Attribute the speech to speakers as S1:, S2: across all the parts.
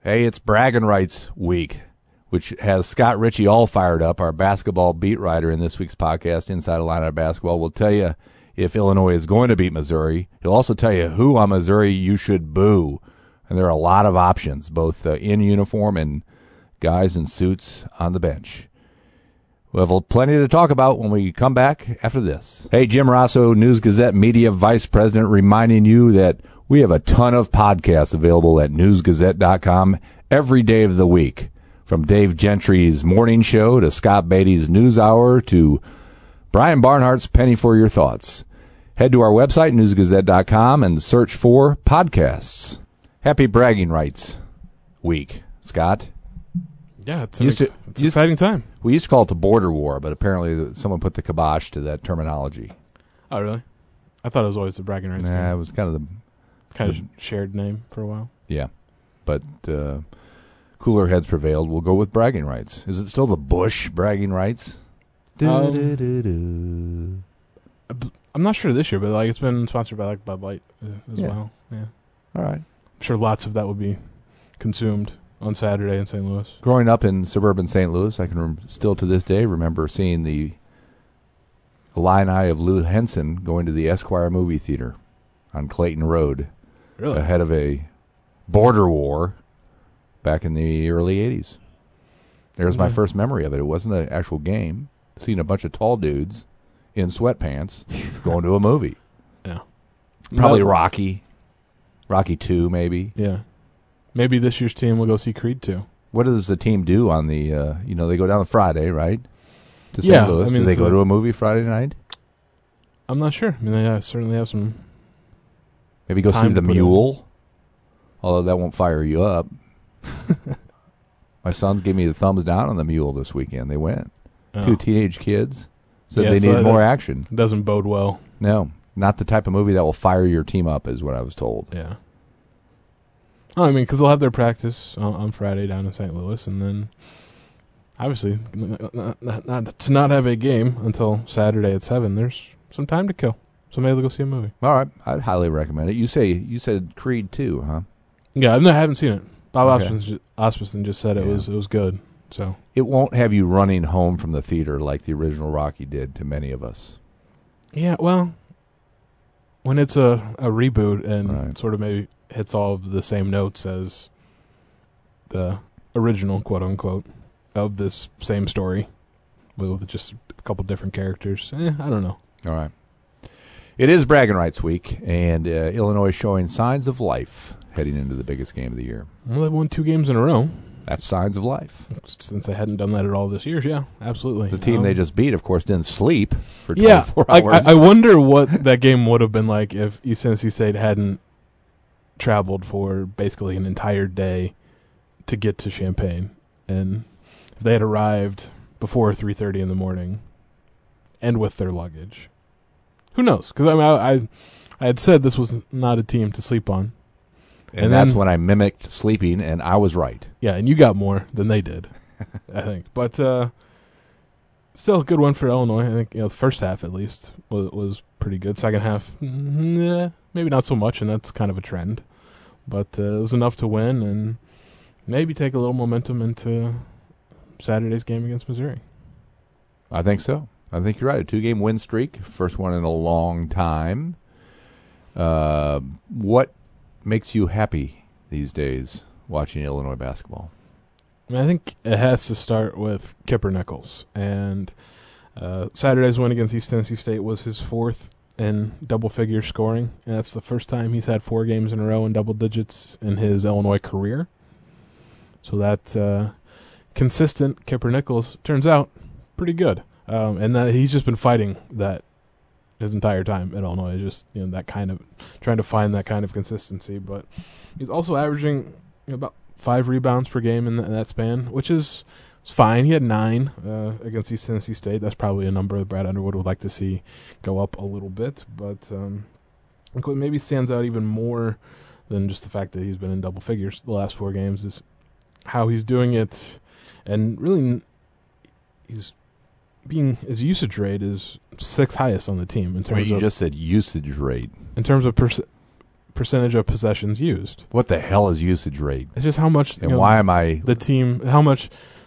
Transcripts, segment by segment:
S1: Hey, it's Bragging Rights Week, which has Scott Ritchie all fired up, our basketball beat writer in this week's podcast, Inside a Line of Basketball. will tell you if Illinois is going to beat Missouri. He'll also tell you who on Missouri you should boo. And there are a lot of options, both uh, in uniform and guys in suits on the bench. We'll have plenty to talk about when we come back after this. Hey, Jim Rosso, News Gazette Media Vice President, reminding you that we have a ton of podcasts available at newsgazette.com every day of the week. From Dave Gentry's morning show to Scott Beatty's news hour to Brian Barnhart's Penny for Your Thoughts. Head to our website, newsgazette.com, and search for podcasts. Happy Bragging Rights Week, Scott.
S2: Yeah, it's, an
S1: Used
S2: ex-
S1: to-
S2: it's an exciting time.
S1: We used to call it the border war, but apparently someone put the kibosh to that terminology.
S2: Oh, really? I thought it was always the bragging rights.
S1: Nah, it was kind of the
S2: Kind of shared name for a while.
S1: yeah, but uh, cooler heads prevailed. We'll go with bragging rights. Is it still the Bush bragging rights?
S2: Um,
S1: Du-du-du-du.
S2: I'm not sure this year, but like it's been sponsored by like Bud Light uh, as
S1: Yeah.
S2: well. Yeah, I'm
S1: All right.
S2: sure lots of that will be consumed on Saturday in St. Louis.
S1: Growing up in suburban St. Louis, I can rem- still to this day remember seeing the Illini of Lou Henson going to the Esquire movie theater on Clayton Road ahead of a border war back in the early 80s. There's my
S2: Yeah.
S1: first memory of it. It wasn't an actual game. Seeing a bunch of tall dudes in sweatpants going to a movie. Probably
S2: That-
S1: Rocky. Rocky 2 maybe.
S2: Yeah, maybe this year's team will go see Creed too.
S1: What does the team do on the uh, you know, they go down the Friday, right? To St.
S2: Yeah,
S1: Louis.
S2: I mean,
S1: do they
S2: it's
S1: go
S2: a-
S1: to a movie Friday night?
S2: I'm not sure. I mean, they uh, certainly have some.
S1: Maybe go see
S2: Time
S1: The
S2: to put in.
S1: Mule. Although that won't fire you up. my sons gave me the thumbs down on The Mule this weekend. They went.
S2: Oh,
S1: two teenage kids said
S2: Yeah,
S1: they
S2: so
S1: needed
S2: that-
S1: more action.
S2: doesn't bode well.
S1: No, not the type of movie that will fire your team up, is what I was told.
S2: Yeah. Oh, I mean, because they'll have their practice on, on Friday down in St. Louis, and then obviously n- n- not, not, to not have a game until Saturday at seven. There's some time to kill. So maybe they'll go see a movie.
S1: All right, I'd highly recommend it. You say you said Creed too, huh?
S2: Yeah, no, I haven't seen it. Bob
S1: Okay.
S2: Osbison, Osbison just said it
S1: Yeah.
S2: was it was good. So
S1: It won't have you running home from the theater like the original Rocky did to many of us.
S2: yeah, well, when it's a, a reboot and
S1: Right.
S2: sort of maybe hits all of the same notes as the original, quote unquote, of this same story, but with just a couple different characters. Eh, I don't know.
S1: All right. It is Bragging Rights Week, and uh, Illinois is showing signs of life heading into the biggest game of the year.
S2: Well, they won two games in a row
S1: That's signs of life.
S2: since they hadn't done that at all this year. Yeah, absolutely.
S1: The team
S2: Um,
S1: they just beat, of course, didn't sleep for 24
S2: yeah, I,
S1: hours.
S2: I, I wonder what that game would have been like if East Tennessee State hadn't traveled for basically an entire day to get to Champaign, and if they had arrived before three thirty in the morning, and with their luggage, who knows? Because I mean, I, I I had said this was not a team to sleep on.
S1: and,
S2: and
S1: that's
S2: then-
S1: when I mimicked sleeping, and I was right.
S2: Yeah, and you got more than they did, I think. But uh, still, a good one for Illinois. I think you know the first half at least was was pretty good. Second half, mm, yeah, maybe not so much, and that's kind of a trend. But uh, it was enough to win and maybe take a little momentum into Saturday's game against Missouri.
S1: I think so. I think you're right. A two game win streak, first one in a long time. Uh, what makes you happy these days watching Illinois basketball?
S2: I, mean, I think it has to start with Kipper Nichols. And uh, Saturday's win against East Tennessee State was his fourth in double figure scoring. And that's the first time he's had four games in a row in double digits in his Illinois career. So that uh, consistent Kipper Nichols turns out pretty good. Um, and that he's just been fighting that his entire time at Illinois, just you know that kind of trying to find that kind of consistency. But he's also averaging you know, about five rebounds per game in, th- in that span, which is it's fine. He had nine uh, against East Tennessee State. That's probably a number that Brad Underwood would like to see go up a little bit, but um, I think what maybe stands out even more than just the fact that he's been in double figures the last four games is how he's doing it, and really n- he's being his usage rate is sixth highest on the team in terms
S1: Wait, you
S2: of
S1: just said usage rate.
S2: in terms of perc- percentage of possessions used.
S1: What the hell is usage rate?
S2: It's just how much you
S1: And
S2: know,
S1: why am I?
S2: the team, how much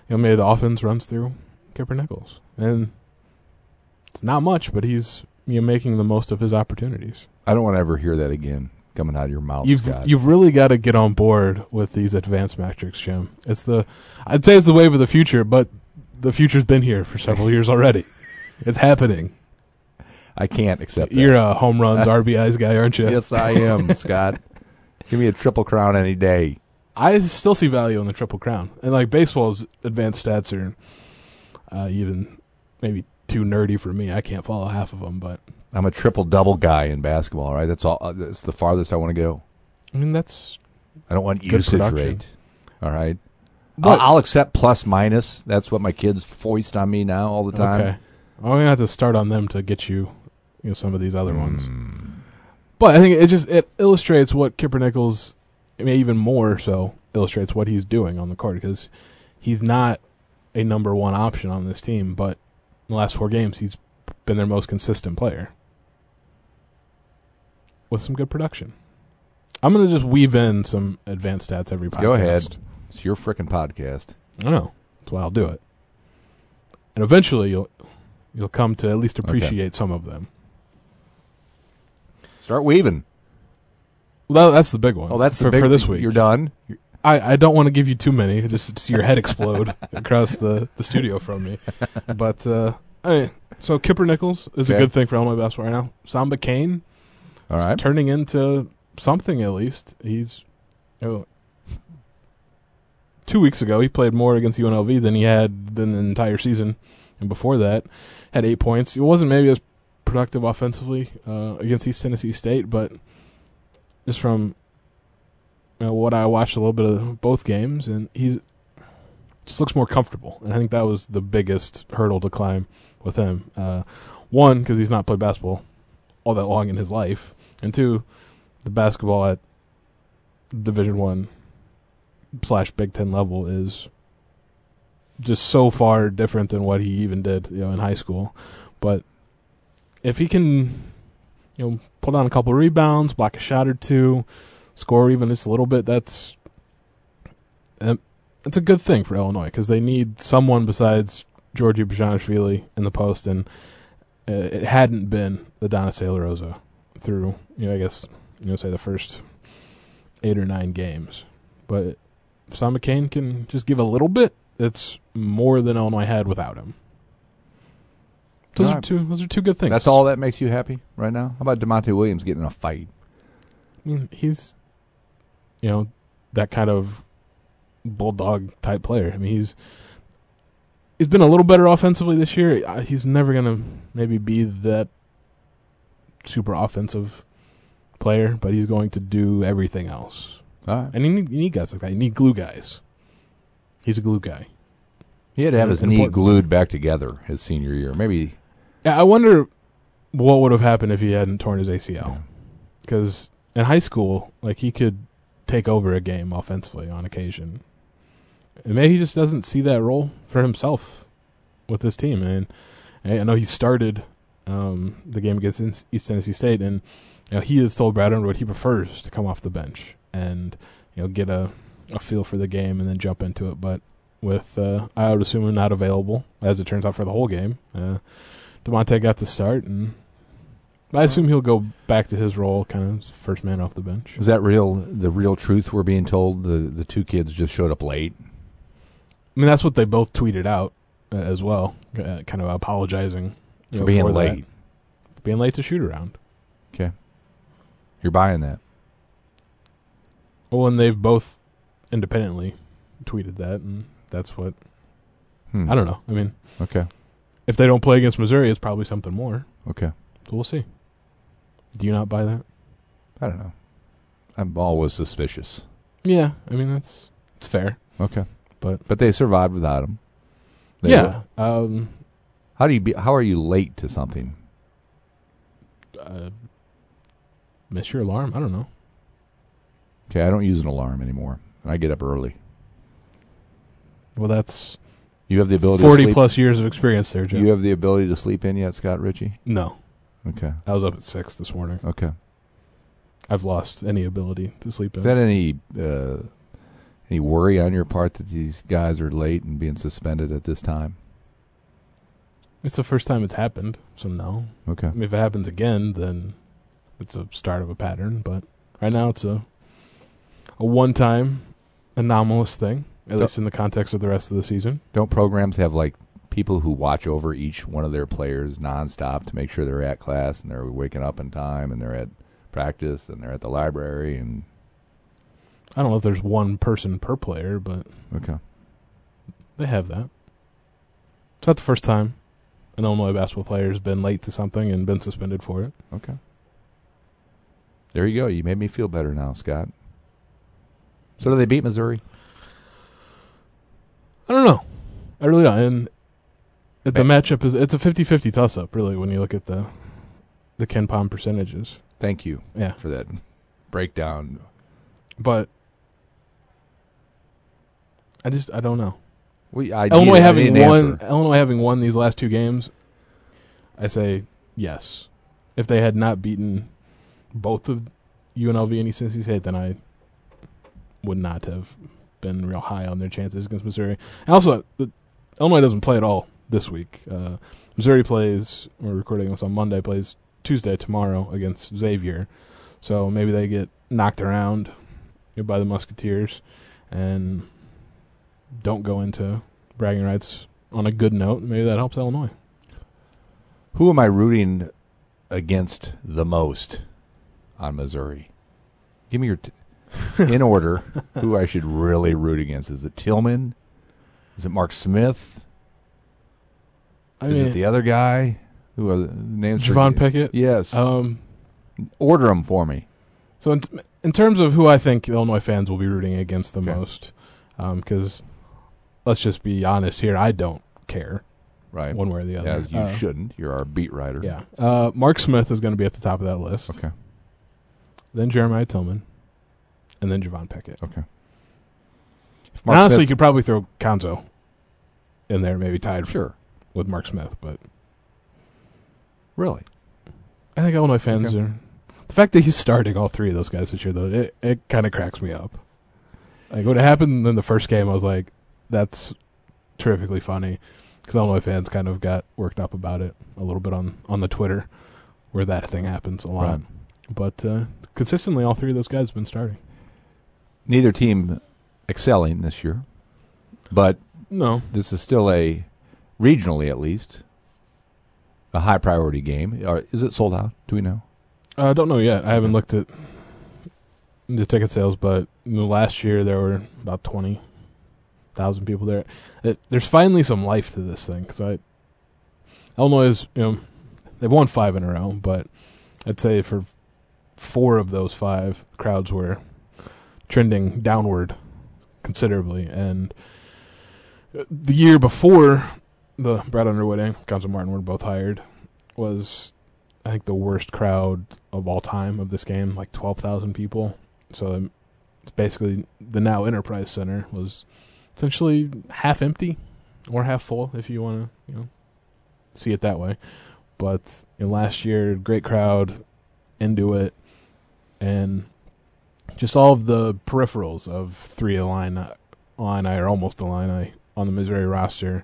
S2: you know, maybe the offense runs through Kipper Nichols, and it's not much, but he's you know, making the most of his opportunities.
S1: I don't want to ever hear that again coming out of your mouth,
S2: you've
S1: Scott.
S2: you've really got to get on board with these advanced metrics, Jim. It's the I'd say it's the wave of the future, but the future's been here for several years already. It's happening.
S1: I can't accept that.
S2: You're a home runs, RBIs guy, aren't you?
S1: yes, I am, Scott. Give me a triple crown any day.
S2: I still see value in the triple crown, and like baseball's advanced stats are uh, even maybe too nerdy for me. I can't follow half of them, but
S1: I'm a triple double guy in basketball, right? That's all. uh, That's the farthest I want to go.
S2: I mean that's
S1: I don't want
S2: Good
S1: usage
S2: production.
S1: rate. All right.
S2: But-
S1: I'll, I'll accept plus minus. That's what my kids foist on me now all the time.
S2: okay. I'm gonna have to start on them to get you, you know, some of these other ones.
S1: Mm.
S2: But I think it just it illustrates what Kipper Nichols, I mean, even more so, illustrates what he's doing on the court because he's not a number one option on this team. But in the last four games, he's been their most consistent player with some good production. I'm gonna just weave in some advanced stats every podcast.
S1: Go ahead. It's your frickin' podcast.
S2: I know. That's why I'll do it. And eventually, you'll you'll come to at least appreciate some of them.
S1: Start weaving.
S2: Well, that, that's the big one.
S1: Oh, that's
S2: for,
S1: the big,
S2: for this week.
S1: You're done. You're-
S2: I, I don't want to give you too many. Just see your head explode across the, the studio from me. But uh, I, so Kipper Nichols is a
S1: Okay.
S2: good thing for Illinois basketball right now. Samba Kane
S1: All
S2: is
S1: right.
S2: turning into something at least. He's oh, two weeks ago he played more against UNLV than he had than the entire season, and before that had eight points. It wasn't maybe as productive offensively uh, against East Tennessee State, but just from you know, what I watched a little bit of both games, and he's just looks more comfortable, and I think that was the biggest hurdle to climb with him. Uh, one, because he's not played basketball all that long in his life, and two, the basketball at Division One slash Big Ten level is just so far different than what he even did, you know, in high school. But if he can, you know, pull down a couple rebounds, block a shot or two, score even just a little bit, that's um, it's a good thing for Illinois because they need someone besides Georgie Bajanashvili in the post, and uh, it hadn't been the Donna Rosa through, you know, I guess, you know, say the first eight or nine games. But if Sam McCain can just give a little bit, it's more than Illinois had without him. Those
S1: No,
S2: are two. Those are two good things.
S1: That's all that makes you happy right now? How about DeMonte Williams getting in a fight?
S2: I mean, he's, you know, that kind of bulldog type player. I mean, he's he's been a little better offensively this year. I- He's never gonna maybe be that super offensive player, but he's going to do everything else.
S1: All right.
S2: And you need, you need guys like that. You need glue guys. He's a glue guy.
S1: He had to have his
S2: And
S1: knee
S2: important.
S1: glued back together his senior year. Maybe.
S2: Yeah, I wonder what would have happened if he hadn't torn his ACL. because in high school, like he could take over a game offensively on occasion. And maybe he just doesn't see that role for himself with this team. And I I know he started um, the game against In- East Tennessee State, and you know he has told Brad Underwood he prefers to come off the bench and you know get a, a feel for the game and then jump into it. But with uh, I would assume not available as it turns out for the whole game, uh, Demonte got the start, and I assume he'll go back to his role, kind of as first man off the bench.
S1: Is that real? The real truth we're being told? The, the two kids just showed up late?
S2: I mean, that's what they both tweeted out uh, as well, uh, kind of apologizing you
S1: For
S2: know,
S1: being
S2: that.
S1: late.
S2: For being late to shoot around.
S1: You're buying that.
S2: Well, and they've both independently tweeted that, and that's what
S1: Hmm.
S2: I don't know. I mean,
S1: Okay.
S2: if they don't play against Missouri, it's probably something more.
S1: Okay.
S2: So we'll see. Do you not buy that?
S1: I don't know. I'm always suspicious.
S2: Yeah, I mean that's it's fair.
S1: Okay.
S2: But-
S1: but they survived without him. They
S2: yeah, um,
S1: How do you be, how are you late to something?
S2: uh, miss your alarm. I don't know.
S1: Okay, I don't use an alarm anymore, and I get up early.
S2: Well, that's
S1: You have the ability to
S2: forty
S1: sleep.
S2: plus years of experience there, Jim.
S1: You have the ability to sleep in yet, Scott Ritchie?
S2: no,
S1: Okay,
S2: I was up at six this morning.
S1: okay.
S2: I've lost any ability to sleep in.
S1: Is that any uh, any worry on your part that these guys are late and being suspended at this time?
S2: it's the first time it's happened, so no.
S1: Okay.
S2: I mean, if it happens again, then it's a start of a pattern. But right now, it's a a one-time anomalous thing, at
S1: So-
S2: least in the context of the rest of the season.
S1: Don't programs have like people who watch over each one of their players nonstop to make sure they're at class and they're waking up in time and they're at practice and they're at the library and
S2: I don't know if there's one person per player, but
S1: okay.
S2: they have that. It's not the first time an Illinois basketball player has been late to something and been suspended for it.
S1: There you go. You made me feel better now, Scott. So do they beat Missouri?
S2: I don't know. I really don't. And the
S1: Bet.
S2: matchup is it's a 50-50 toss-up, really, when you look at the the Ken Palm percentages.
S1: Thank you
S2: Yeah.
S1: for that breakdown.
S2: but I just I don't know.
S1: We I
S2: Illinois
S1: needed- I
S2: having
S1: need an
S2: won
S1: answer.
S2: Illinois having won these last two games, I say yes. If they had not beaten both of UNLV and East Tennessee State, then I would not have been real high on their chances against Missouri. And also, the, Illinois doesn't play at all this week. Uh, Missouri plays. We're recording this on Monday. Plays Tuesday tomorrow against Xavier, so maybe they get knocked around by the Musketeers and don't go into bragging rights on a good note. Maybe that helps Illinois.
S1: Who am I rooting against the most on Missouri? Give me your t- in order. Who I should really root against? Is it Tillman? Is it Mark Smith?
S2: I
S1: Is
S2: mean,
S1: it the other guy? Who are the names? for
S2: Javon
S1: you?
S2: Pickett.
S1: Yes.
S2: Um,
S1: Order them for me.
S2: so in, in terms of who I think Illinois fans will be rooting against the
S1: Okay.
S2: most, because let's just be honest here, I don't care
S1: Right.
S2: one way or the other.
S1: As you
S2: Uh,
S1: shouldn't. You're our beat writer.
S2: Yeah. Uh, Mark Smith is going to be at the top of that list.
S1: Okay.
S2: Then Jeremiah Tillman, and then Javon Pickett.
S1: Okay. If
S2: And honestly,
S1: Smith-
S2: you could probably throw Conzo in there, maybe tied
S1: sure.
S2: with Mark Smith, but.
S1: Really.
S2: I think Illinois fans
S1: Okay.
S2: are. The fact that he's starting all three of those guys this year, though, it, it kind of cracks me up. Like, what happened in the first game, I was like, that's terrifically funny. Because Illinois fans kind of got worked up about it a little bit on, on the Twitter, where that thing happens a lot.
S1: Right.
S2: But uh, consistently, all three of those guys have been starting.
S1: Neither team excelling this year, but
S2: No.
S1: this is still a regionally at least a high priority game. Or is it sold out? Do we know?
S2: I don't know yet. I haven't looked at the ticket sales, but you know, last year there were about twenty thousand people there. It, there's finally some life to this thing because I Illinois is you know they've won five in a row, but I'd say for four of those five crowds were trending downward considerably, and the year before the Brad Underwood and Gonzo Martin were both hired was I think the worst crowd of all time of this game, like twelve thousand people. So um, it's basically the now Enterprise Center was essentially half empty or half full, if you want to you know see it that way. But in last year, great crowd into it, and just all of the peripherals of three Illini, Illini or almost Illini on the Missouri roster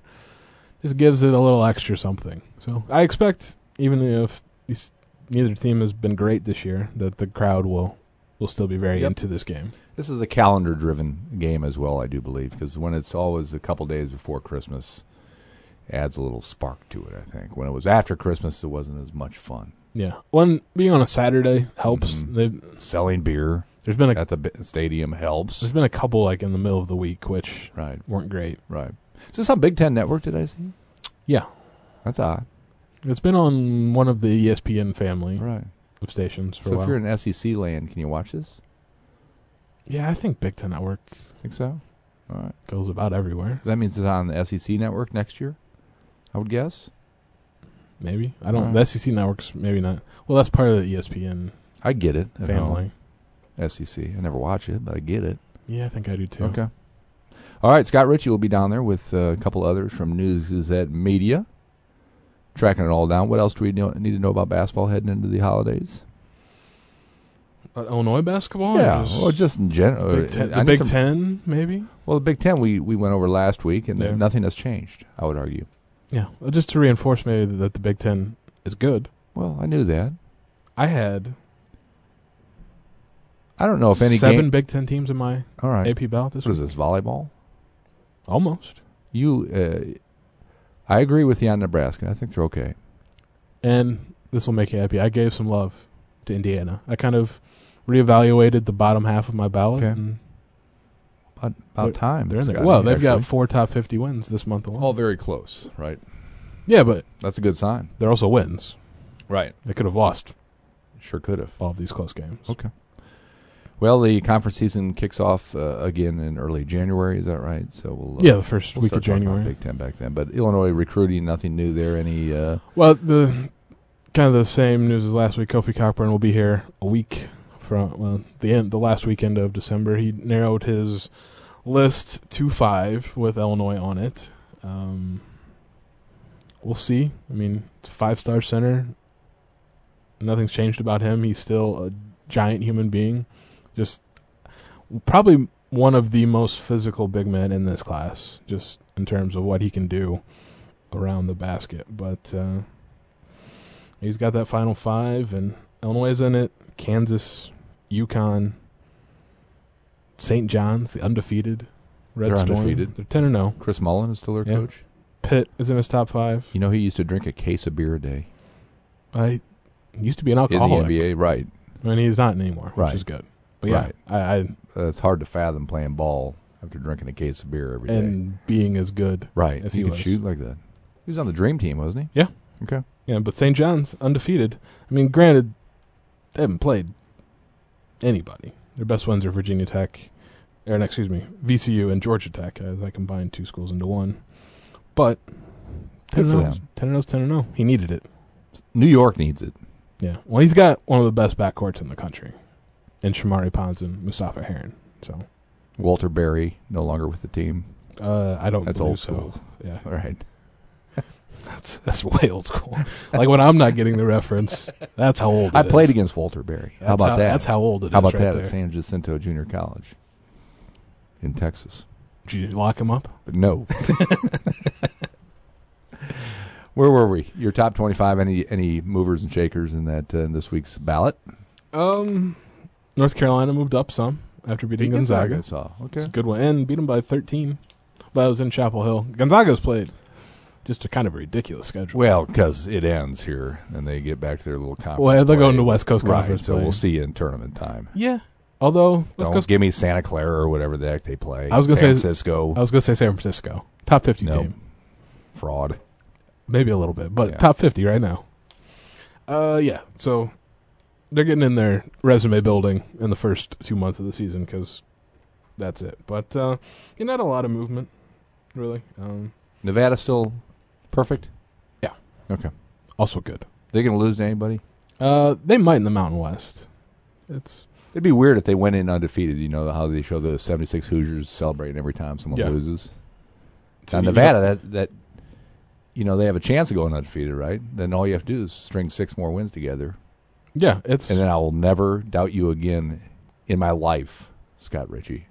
S2: just gives it a little extra something. So I expect even if these- neither team has been great this year, that the crowd will will still be very
S1: Yep.
S2: into this game.
S1: This is a calendar driven game as well, I do believe, because when it's always a couple days before Christmas, adds a little spark to it, I think. When it was after Christmas, it wasn't as much fun.
S2: Yeah, one being on a Saturday helps.
S1: Mhm.
S2: They've,
S1: Selling beer
S2: there's been a
S1: at the bi- stadium helps.
S2: there's been a couple like in the middle of the week which
S1: Right,
S2: weren't great.
S1: right. Is this on Big Ten Network, did I see?
S2: Yeah.
S1: That's odd.
S2: It's been on one of the E ESPN family
S1: Right.
S2: of stations for a
S1: So if
S2: while.
S1: you're in SEC land, can you watch this?
S2: yeah, I think Big Ten Network
S1: Think so? All right.
S2: goes about everywhere.
S1: That means it's on the SEC network next year, I would guess.
S2: Maybe I don't.
S1: Alright.
S2: The SEC networks maybe not. Well, that's part of the E ESPN
S1: I get it. I
S2: family.
S1: know SEC. I never watch it, but I get it.
S2: Yeah, I think I do too.
S1: Okay. All right. Scott Ritchie will be down there with uh, a couple others from News Gazette Media, tracking it all down. What else do we know, need to know about basketball heading into the holidays?
S2: But Illinois basketball? or
S1: yeah,
S2: Oh, just
S1: well, just in general.
S2: Big Ten,
S1: I
S2: the
S1: need
S2: Big
S1: some-
S2: Ten, maybe.
S1: Well, the Big Ten we, we went over last week, and
S2: Yeah.
S1: nothing has changed. I would argue.
S2: Yeah, well, just to reinforce maybe that- that the Big Ten is good.
S1: Well, I knew that.
S2: I had
S1: I don't know Oh, if any
S2: seven
S1: game.
S2: Big Ten teams in my
S1: All right,
S2: AP ballot this
S1: what
S2: week.
S1: is this volleyball?
S2: Almost.
S1: You, uh, I agree with you on Nebraska. I think they're okay.
S2: And this will make you happy. I gave some love to Indiana. I kind of reevaluated the bottom half of my ballot.
S1: Okay.
S2: And
S1: About, about
S2: They're-
S1: time.
S2: they're in there.
S1: Scott,
S2: Well, they've got
S1: actually.
S2: four top 50 wins this month alone.
S1: all very close. Right,
S2: yeah, but
S1: that's a good sign.
S2: they're also wins.
S1: Right,
S2: They could have lost
S1: sure could have.
S2: all of these close games.
S1: Okay. Well, the conference season kicks off uh, again in early January. Is that right? So we'll uh,
S2: Yeah, the 1st
S1: we'll
S2: week of
S1: start talking about
S2: January.
S1: Big Ten back then. But Illinois recruiting, nothing new there. Any uh,
S2: Well, the kind of the same news as last week. Kofi Cockburn will be here a week from well, the end, the last weekend of December. He narrowed his list to five with Illinois on it. Um, we'll see. I mean, it's a five star center. Nothing's changed about him. He's still a giant human being. Just probably one of the most physical big men in this class, just in terms of what he can do around the basket. But uh, he's got that final five, and Illinois in it. Kansas, Yukon, St. John's, the undefeated. Red
S1: They're
S2: Storm.
S1: undefeated.
S2: They're ten oh. or no.
S1: Chris Mullen is still their
S2: Yeah.
S1: coach.
S2: Pitt is in his top five.
S1: You know, he used to drink a case of beer a day
S2: I used to be an
S1: in
S2: alcoholic,
S1: the NBA. Right.
S2: and he's not anymore,
S1: Right.
S2: which is good. But yeah,
S1: Right.
S2: I, I
S1: Uh, it's hard to fathom playing ball after drinking a case of beer every day.
S2: and being as good.
S1: right.
S2: as
S1: he,
S2: he
S1: could
S2: was.
S1: shoot like that. He was on the dream team, wasn't he?
S2: Yeah.
S1: Okay.
S2: Yeah, but St. John's undefeated. I mean, granted, they haven't played anybody. Their best wins are Virginia Tech, or no, excuse me, VCU and Georgia Tech, as I combined two schools into one. But
S1: Good
S2: ten
S1: for
S2: and
S1: them.
S2: 10 and 10 0. He needed it.
S1: New York needs it.
S2: Yeah. Well, he's got one of the best backcourts in the country, in Shamari Pons and Mustafa Heron. So
S1: Walter Berry no longer with the team.
S2: uh, I don't.
S1: That's
S2: believe
S1: old
S2: so.
S1: school.
S2: Yeah,
S1: All right.
S2: that's that's way old school. like when I'm not getting the reference, that's how old it
S1: I played
S2: is.
S1: against Walter Berry.
S2: That's
S1: How about that?
S2: That's how old it is.
S1: How about
S2: right
S1: that
S2: There.
S1: at San Jacinto Junior College in Texas?
S2: Did you lock him up?
S1: But no. Where were we? Your top twenty-five? Any any movers and shakers in that uh, in this week's ballot?
S2: Um, North Carolina moved up some after beating Gonzaga.
S1: saw.
S2: It's
S1: Okay.
S2: a good one, and beat them by 13. But I was in Chapel Hill. Gonzaga's played just a kind of ridiculous schedule.
S1: Well, because it ends here, and they get back to their little conference.
S2: well, they're
S1: play.
S2: going to West Coast
S1: right.
S2: Conference.
S1: So
S2: play.
S1: we'll see you in tournament time.
S2: Yeah, although West
S1: Don't
S2: Coast.
S1: give me Santa Clara or whatever the heck they play.
S2: I was gonna
S1: San
S2: say- uh,
S1: Francisco.
S2: I was going to say San Francisco, top 50
S1: no
S2: team,
S1: fraud.
S2: maybe a little bit, but
S1: Yeah.
S2: top 50 right now. Uh, yeah. So they're getting in their resume building in the first two months of the season because that's it. But uh, yeah, not a lot of movement, really. Um,
S1: Nevada still perfect.
S2: also good.
S1: They're going to lose to anybody.
S2: Uh, they might in the Mountain West. It's
S1: It'd be weird if they went in undefeated. You know how they show the '76 Hoosiers celebrating every time someone
S2: Yeah.
S1: loses.
S2: it's
S1: Now Nevada, that that you know they have a chance of going undefeated, right? Then all you have to do is string six more wins together,
S2: Yeah, it's
S1: and then I will never doubt you again in my life, Scott Ritchie.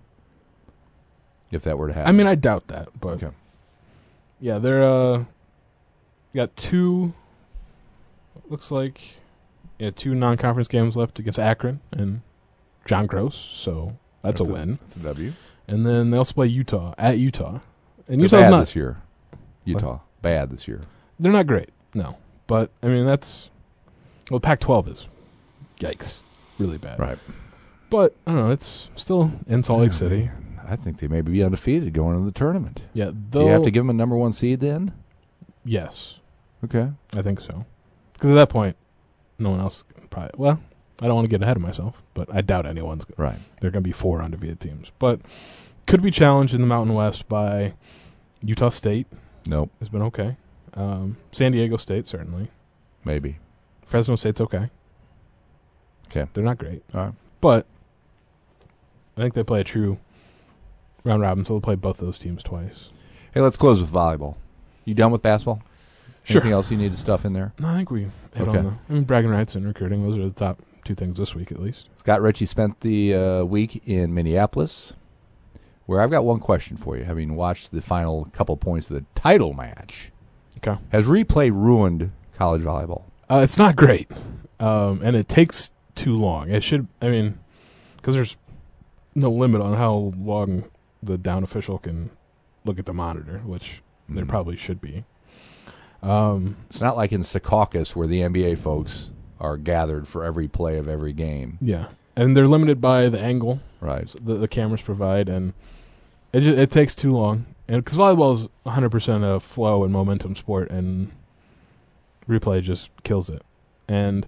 S1: If that were to happen,
S2: I mean, I doubt that, but
S1: Okay.
S2: yeah, they're uh, got two. Looks like yeah, two non-conference games left against Akron and John Gross, so that's, a win.
S1: That's a W.
S2: And then they also play Utah at Utah,
S1: They're
S2: and Utah's
S1: bad
S2: not
S1: this year. Utah bad this year.
S2: they're not great, no, but I mean that's well, Pac-12 is yikes, really bad,
S1: Right.
S2: But I don't know, it's still in Salt Lake
S1: Yeah,
S2: City.
S1: man. I think they may be undefeated going into the tournament.
S2: Yeah,
S1: Do
S2: they'll,
S1: you have to give them a number one seed then?
S2: Yes,
S1: Okay.
S2: I think so. Because at that point, no one else can probably. Well, I don't want to get ahead of myself, but I doubt anyone's.
S1: Right.
S2: There are going to be four undefeated teams, but could be challenged in the Mountain West by Utah State.
S1: Nope.
S2: Has been okay. Um, San Diego State certainly.
S1: Maybe.
S2: Fresno State's okay.
S1: 'Kay.
S2: They're not great,
S1: All right.
S2: but I think they play a true round robin, so they'll play both those teams twice.
S1: Hey, let's close with volleyball. You done with basketball?
S2: Sure.
S1: Anything else you need to stuff in there?
S2: No, I think we hit
S1: Okay.
S2: on the I mean, bragging rights and recruiting. Those are the top two things this week at least.
S1: Scott Ritchie spent the uh, week in Minneapolis, where I've got one question for you. Having watched the final couple points of the title match,
S2: Okay.
S1: has replay ruined college volleyball?
S2: Uh, it's not great, um, and it takes too long. It should, I mean, because there's no limit on how long the down official can look at the monitor, which there
S1: Mm.
S2: probably should be. Um,
S1: It's not like in Secaucus where the NBA folks are gathered for every play of every game,
S2: yeah, and they're limited by the angle
S1: right?
S2: that the cameras provide, and it ju it takes too long. And because volleyball is 100% a flow and momentum sport, and replay just kills it. And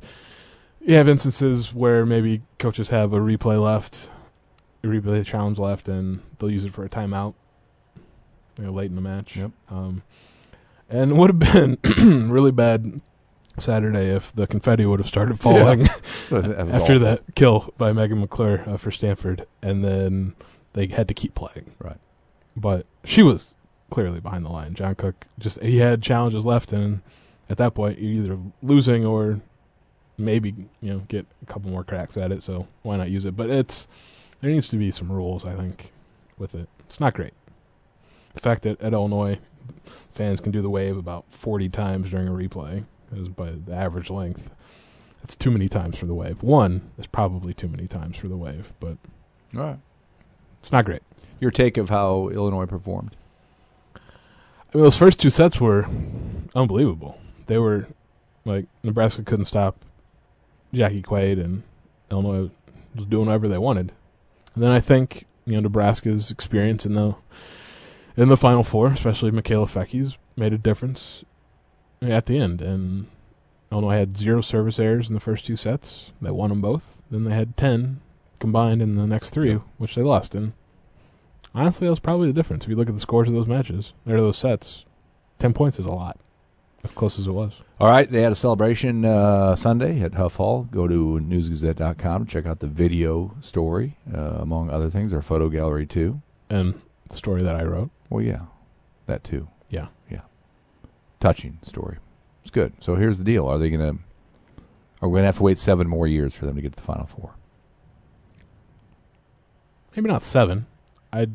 S2: you have instances where maybe coaches have a replay left, a replay challenge left, and they'll use it for a timeout you know, late in the match.
S1: Yep.
S2: Um, and it would have been really bad Saturday if the confetti would have started falling
S1: After
S2: after that kill by Megan McClure uh, for Stanford, and then they had to keep playing.
S1: Right.
S2: But she was clearly behind the line. John Cook just he had challenges left, and at that point you're either losing or maybe you know get a couple more cracks at it. So why not use it? But it's there needs to be some rules, I think, with it. It's not great. The fact that at Illinois fans can do the wave about 40 times during a replay is by the average length. That's too many times for the wave. One is probably too many times for the wave, but
S1: All right.
S2: it's not great.
S1: Your take of how Illinois performed?
S2: I mean, those first two sets were unbelievable. They were like Nebraska couldn't stop Jackie Quaid, and Illinois was doing whatever they wanted. And then I think you know Nebraska's experience in the in the Final Four, especially Michaela Fecky's, made a difference at the end. And Illinois had zero service errors in the first two sets. They won them both. Then they had ten combined in the next three,
S1: Yeah.
S2: which they lost. And honestly, that was probably the difference. If you look at the scores of those matches or those sets, ten points is a lot. As close as it was.
S1: All right, they had a celebration uh, Sunday at Huff Hall. Go to newsgazette.com to check out the video story, uh, among other things, our photo gallery, too.
S2: And the story that I wrote.
S1: Well, yeah, that too.
S2: Yeah.
S1: yeah. Touching story. It's good. So here's the deal: Are they gonna? Are we gonna have to wait seven more years for them to get to the final four?
S2: maybe not seven. I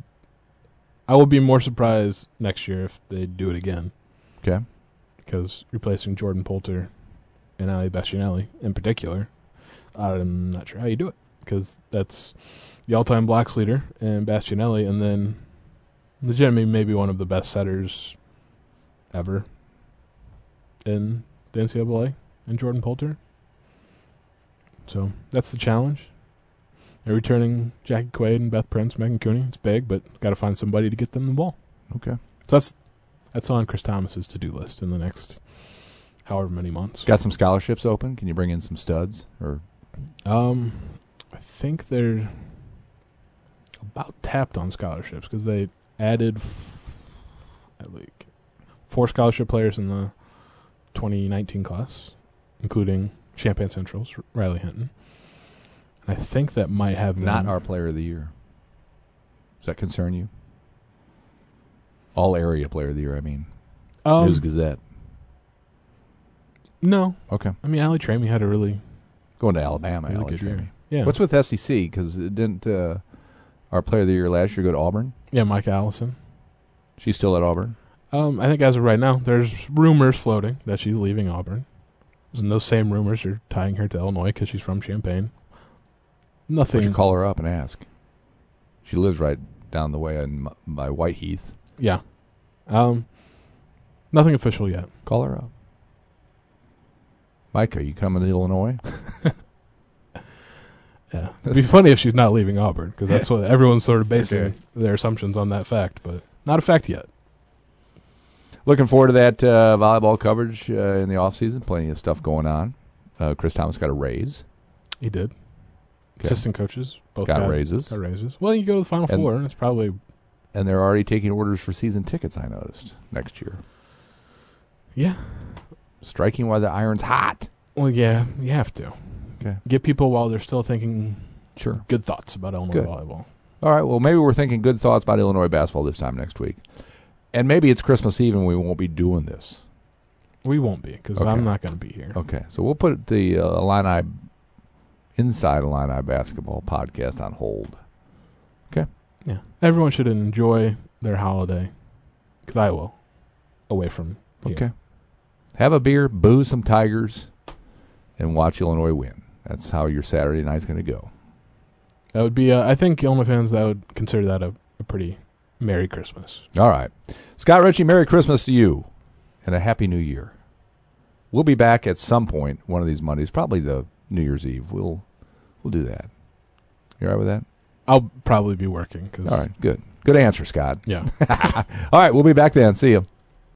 S2: I will be more surprised next year if they do it again
S1: Okay.
S2: because replacing Jordan Poulter and Ali Bastianelli in particular, I'm not sure how you do it because that's the all-time blocks leader and Bastianelli, and then legitimately maybe one of the best setters ever in the NCAA and Jordan Poulter. So that's the challenge. They're returning Jackie Quaid and Beth Prince, Megan Cooney. It's big, but got to find somebody to get them the ball.
S1: Okay.
S2: So that's that's on Chris Thomas's to-do list in the next however many months.
S1: Got some scholarships open. Can you bring in some studs or
S2: Um, I think they're about tapped on scholarships because they added f- at like four scholarship players in the 2019 class, including Champagne Central's R- Riley Hinton. I think that might have them-
S1: not our player of the year? Does that concern you? All area player of the year. I mean, News
S2: um,
S1: Gazette.
S2: no.
S1: Okay,
S2: I mean, Ali Tramey had a really
S1: going to Alabama.
S2: Really
S1: Alex
S2: good year.
S1: Ramey.
S2: yeah
S1: What's with E SEC? Because didn't uh, our player of the year last year go to Auburn?
S2: yeah Mike Allison.
S1: She's still at Auburn.
S2: Um, I think as of right now, there's rumors floating that she's leaving Auburn. And those same rumors are tying her to Illinois because she's from Champaign.
S1: Why don't
S2: Nothing.
S1: you call her up and ask? She lives right down the way in, m- by Whiteheath.
S2: Yeah. Um, nothing official yet.
S1: Call her up. Micah, you coming to Illinois?
S2: Yeah. It'd be funny if she's not leaving Auburn because that's what everyone's sort of basing
S1: Okay.
S2: their assumptions on that fact, but not a fact yet.
S1: Looking forward to that uh, volleyball coverage uh, in the off season. Plenty of stuff going on. Uh, Chris Thomas got a raise.
S2: He did.
S1: Okay.
S2: Assistant coaches both
S1: got,
S2: got,
S1: raises,
S2: got raises. Well, you go to the Final
S1: And-
S2: Four, and it's probably
S1: and they're already taking orders for season tickets. I noticed next year.
S2: yeah.
S1: Striking while the iron's hot.
S2: Well, yeah, you have to.
S1: Okay.
S2: Get people while they're still thinking
S1: Sure.
S2: good thoughts about Illinois
S1: Good.
S2: volleyball.
S1: All right. Well, maybe we're thinking good thoughts about Illinois basketball this time next week, and maybe it's Christmas Eve and we won't be doing this.
S2: We won't be because
S1: Okay.
S2: I'm not going to be here.
S1: Okay, so we'll put the uh, Illini Inside Illini Basketball podcast on hold.
S2: Yeah. Everyone should enjoy their holiday because I will. Away from here.
S1: Okay. Have a beer, boo some Tigers, and watch Illinois win. That's how your Saturday night's going to go.
S2: That would be, uh, I think, Illinois fans that would consider that a, a pretty Merry Christmas.
S1: All right. Scott Ritchie, Merry Christmas to you and a Happy New Year. We'll be back at some point one of these Mondays, probably the New Year's Eve. We'll we'll do that. You all right with that?
S2: I'll probably be working because.
S1: All right, good. Good answer, Scott.
S2: Yeah.
S1: All right, we'll be back then. See you.